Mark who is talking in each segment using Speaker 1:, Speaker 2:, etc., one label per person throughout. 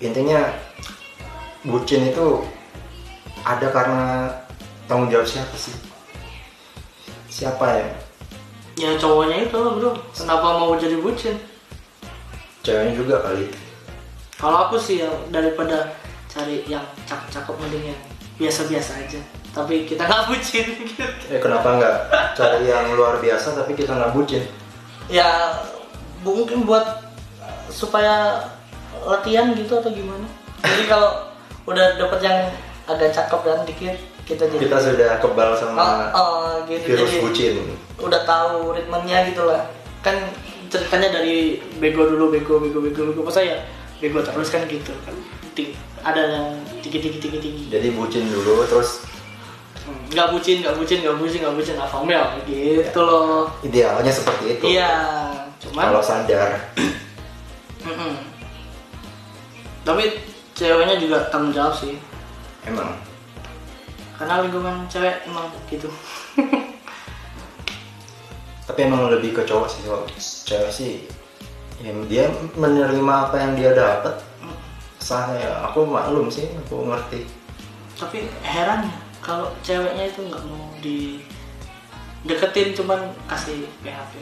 Speaker 1: intinya bucin itu ada karena tanggung jawab siapa sih siapa ya
Speaker 2: Ya cowoknya itu lah bro. Kenapa mau jadi bucin?
Speaker 1: ceweknya juga kali
Speaker 2: Kalau aku sih ya daripada cari yang cakep-cakep mending yang biasa-biasa aja. Tapi kita nggak bucin. gitu.
Speaker 1: eh kenapa nggak cari yang luar biasa tapi kita nggak bucin
Speaker 2: ya mungkin buat uh, supaya latihan gitu atau gimana. Jadi kalau udah dapet yang agak cakep dan dikit kita jadi
Speaker 1: kita sudah kebal sama
Speaker 2: Oh, oh, gitu.
Speaker 1: virus
Speaker 2: Jadi-
Speaker 1: bucin
Speaker 2: udah tahu ritmenya gitu lah kan ceritanya dari bego dulu bego bego bego bego masa ya bego terus kan gitu kan Ti- ada yang tinggi tinggi tinggi tinggi
Speaker 1: jadi bucin dulu terus
Speaker 2: Hmm, nggak bucin nggak bucin nggak bucin nggak bucin alpha male gitu loh
Speaker 1: idealnya seperti itu
Speaker 2: iya cuman
Speaker 1: kalau sadar
Speaker 2: mm-mm. tapi ceweknya juga tanggung jawab sih
Speaker 1: emang
Speaker 2: karena lingkungan cewek emang gitu
Speaker 1: tapi emang lebih ke cowok sih kalau cewek sih ya, dia menerima apa yang dia dapat salah ya aku maklum sih aku ngerti
Speaker 2: tapi heran ya, kalau ceweknya itu nggak mau di deketin cuman kasih PHP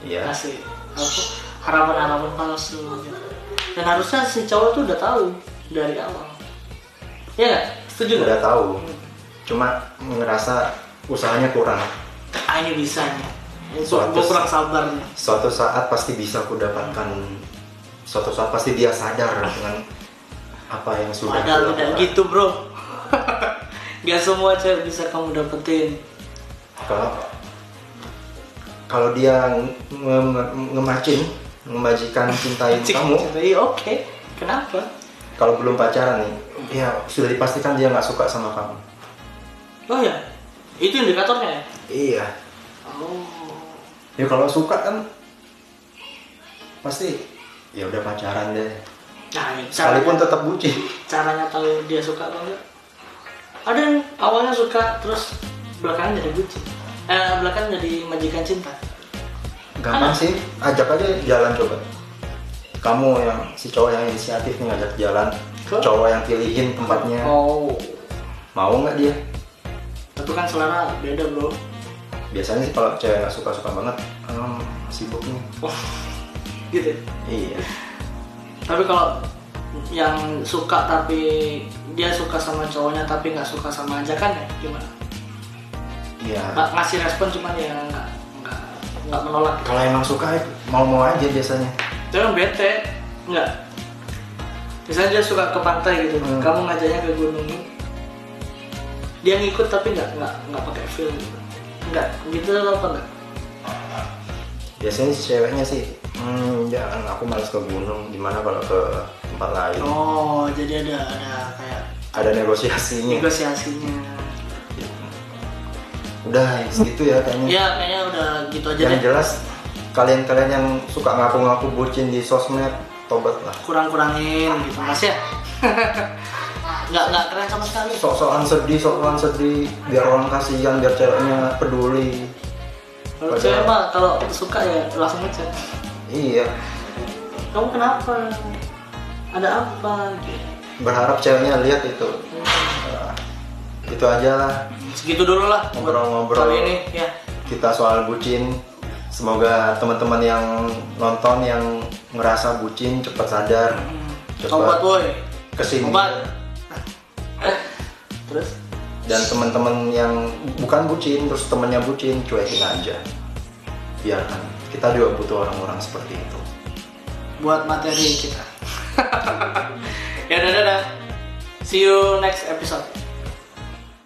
Speaker 1: Iya.
Speaker 2: kasih harapan harapan palsu gitu. dan harusnya si cowok tuh udah tahu dari awal ya nggak
Speaker 1: udah
Speaker 2: setuju nggak
Speaker 1: tahu cuma ngerasa usahanya kurang
Speaker 2: ah ini bisa nih Ini gua-
Speaker 1: Suatu
Speaker 2: gua
Speaker 1: saat-
Speaker 2: kurang sabar nih
Speaker 1: suatu saat pasti bisa aku dapatkan suatu saat pasti dia sadar dengan apa yang sudah
Speaker 2: padahal
Speaker 1: aku
Speaker 2: tidak
Speaker 1: lakukan.
Speaker 2: gitu bro nggak semua cewek bisa kamu dapetin
Speaker 1: kalau kalau dia nge- nge- ngemacin ngemajikan cintain kamu
Speaker 2: Iya, oke kenapa
Speaker 1: kalau belum pacaran nih ya sudah dipastikan dia nggak suka sama kamu
Speaker 2: oh ya itu indikatornya ya
Speaker 1: iya
Speaker 2: oh
Speaker 1: ya kalau suka kan pasti ya udah pacaran deh
Speaker 2: Nah, ini
Speaker 1: sekalipun
Speaker 2: caranya,
Speaker 1: tetap bucin
Speaker 2: caranya tahu dia suka atau enggak. Ada yang awalnya suka terus belakangan jadi bucin. Eh, belakangan jadi majikan cinta.
Speaker 1: gampang
Speaker 2: Ada.
Speaker 1: sih ajak aja jalan coba kamu yang si cowok yang inisiatif nih ngajak jalan
Speaker 2: Ke?
Speaker 1: cowok yang pilihin tempatnya
Speaker 2: Oh.
Speaker 1: mau nggak dia
Speaker 2: Tapi kan selera beda, Bro.
Speaker 1: biasanya sih kalau cewek nggak suka suka banget "Em, sibuk nih
Speaker 2: Wah. gitu. ya.
Speaker 1: iya
Speaker 2: Tapi kalau yang suka tapi dia suka sama cowoknya tapi nggak suka sama ajakan ya gimana?
Speaker 1: iya
Speaker 2: Nggak ngasih respon cuman ya nggak nggak nggak menolak.
Speaker 1: kalau emang suka mau mau aja biasanya
Speaker 2: Tapi yang bete nggak. Misalnya dia suka ke pantai gitu,
Speaker 1: Hmm.
Speaker 2: kamu ngajaknya ke gunung dia ngikut tapi nggak nggak nggak pakai film gitu. Nggak, gitu loh apa nggak?
Speaker 1: biasanya si ceweknya sih hmm jangan aku malas ke gunung gimana kalau ke tempat lain
Speaker 2: Oh, jadi ada ada kayak
Speaker 1: ada negosiasinya
Speaker 2: negosiasinya.
Speaker 1: udah ya, segitu ya kayaknya
Speaker 2: Ya kayaknya udah gitu aja
Speaker 1: yang
Speaker 2: deh.
Speaker 1: jelas kalian-kalian yang suka ngaku-ngaku bucin di sosmed tobat lah
Speaker 2: Kurang-kurangin gitu mas ya. nggak nggak keren sama sekali.
Speaker 1: sok-sokan sedih sok-sokan sedih biar orang kasihan biar ceweknya peduli
Speaker 2: Kalau
Speaker 1: Padahal-
Speaker 2: cewek mah kalau suka ya langsung aja.
Speaker 1: iya
Speaker 2: Kamu kenapa? Ada apa? Gitu.
Speaker 1: berharap ceweknya lihat itu Nah, itu aja lah
Speaker 2: segitu dulu lah
Speaker 1: Ngobrol-ngobrol.
Speaker 2: kali ini ya
Speaker 1: kita soal bucin semoga teman-teman yang nonton yang ngerasa bucin cepat sadar
Speaker 2: obat
Speaker 1: cepat Iya.
Speaker 2: woi
Speaker 1: kesini
Speaker 2: obat terus
Speaker 1: dan teman-teman yang bukan bucin terus temennya bucin cuekin aja biarkan kita juga butuh orang-orang seperti itu
Speaker 2: buat materi kita ya dadah dadah see you next episode